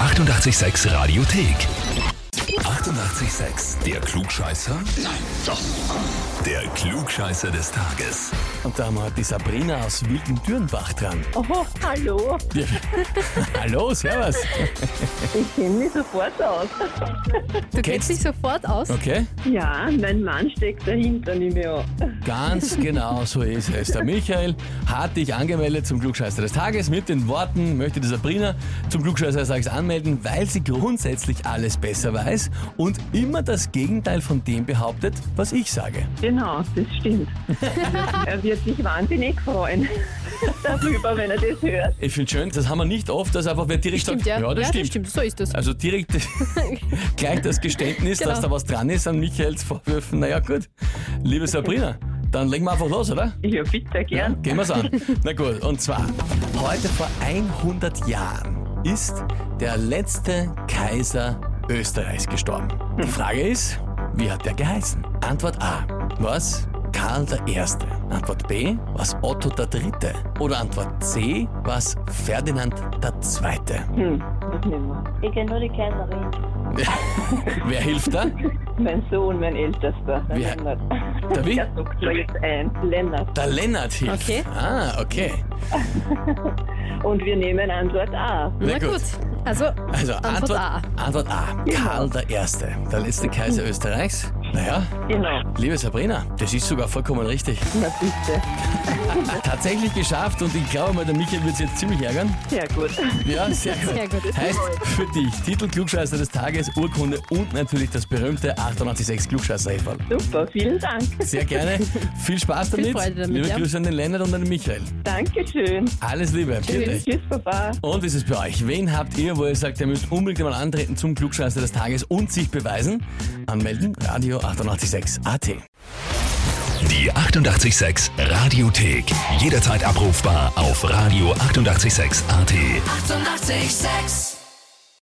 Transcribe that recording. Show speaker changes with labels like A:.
A: 886 Radiothek. 88,6. Der Klugscheißer? Nein, doch. Der Klugscheißer des Tages.
B: Und da haben wir heute die Sabrina aus Wilden Dürnbach dran.
C: Oh, hallo,
B: Ja. Hallo, servus.
C: ich kenne mich sofort aus.
D: Du
B: Kennst-
D: kennst dich sofort aus.
B: Okay,
C: Ja, mein Mann steckt dahinter, nehme ich an.
B: ganz genau so ist es. Der Michael hat dich angemeldet zum Klugscheißer des Tages mit den Worten, möchte die Sabrina zum Klugscheißer des Tages anmelden, weil sie grundsätzlich alles besser weiß und immer das Gegenteil von dem behauptet, was ich sage.
C: Genau, das stimmt. er wird sich wahnsinnig freuen darüber, wenn er das hört.
B: Ich finde schön, das haben wir nicht oft, dass einfach wer direkt
D: Stimmt,
B: sagt,
D: ja.
B: das stimmt.
D: So ist das.
B: Also direkt gleich das Geständnis,
D: Genau.
B: dass da was dran ist an Michaels Vorwürfen. Naja, gut. Liebe Sabrina, dann legen wir einfach los, oder?
C: Ja, bitte, gern.
B: Gehen wir's an. Na gut, und zwar, heute vor 100 Jahren ist der letzte Kaiser Österreichs gestorben.
C: Hm.
B: Die Frage ist, wie hat der geheißen? Antwort A. Was? Karl I. Antwort B. Was Otto III. Oder Antwort C. Was Ferdinand II.
C: Hm, was nehmen wir?
E: Ich kenne nur die Kaiserin.
B: Wer hilft da?
C: Mein Sohn, mein Ältester, der
B: Wie he-
C: Lennart.
B: Der wie?
C: Der sagt da jetzt ein, Lennart.
B: Der Lennart hilft.
D: Okay.
B: Ah, okay.
C: Und wir nehmen Antwort A.
D: Na
B: Na gut.
D: gut. Also,
B: Also
D: Antwort
B: Antwort, Antwort A. Karl der Erste, der letzte Kaiser
D: Hm.
B: Österreichs. Naja,
C: Genau,
B: liebe Sabrina, das ist sogar vollkommen richtig.
D: Hm.
C: na bitte.
B: Tatsächlich geschafft und ich glaube mal, der Michael wird sich jetzt ziemlich ärgern.
C: Sehr gut.
B: Ja, sehr gut.
D: Sehr gut.
B: Heißt für dich Titel Klugscheißer des Tages, Urkunde und natürlich das berühmte 886 klugscheißer -Häferl.
C: Super, vielen Dank.
B: Sehr gerne. Viel Spaß
D: Viel
B: damit.
D: Freude damit,
B: liebe
D: ja.
B: Grüße an den Lennart und an den Michael.
C: Dankeschön.
B: Alles Liebe. Für dich.
C: Tschüss, Baba.
B: Und wie ist es bei euch? Wen habt ihr, wo ihr sagt, ihr müsst unbedingt mal antreten zum Klugscheißer des Tages und sich beweisen? Anmelden, Radio 886 AT.
A: Die 88,6 Radiothek. Jederzeit abrufbar auf radio886.at. 88,6.
F: Eighty-eight, sex.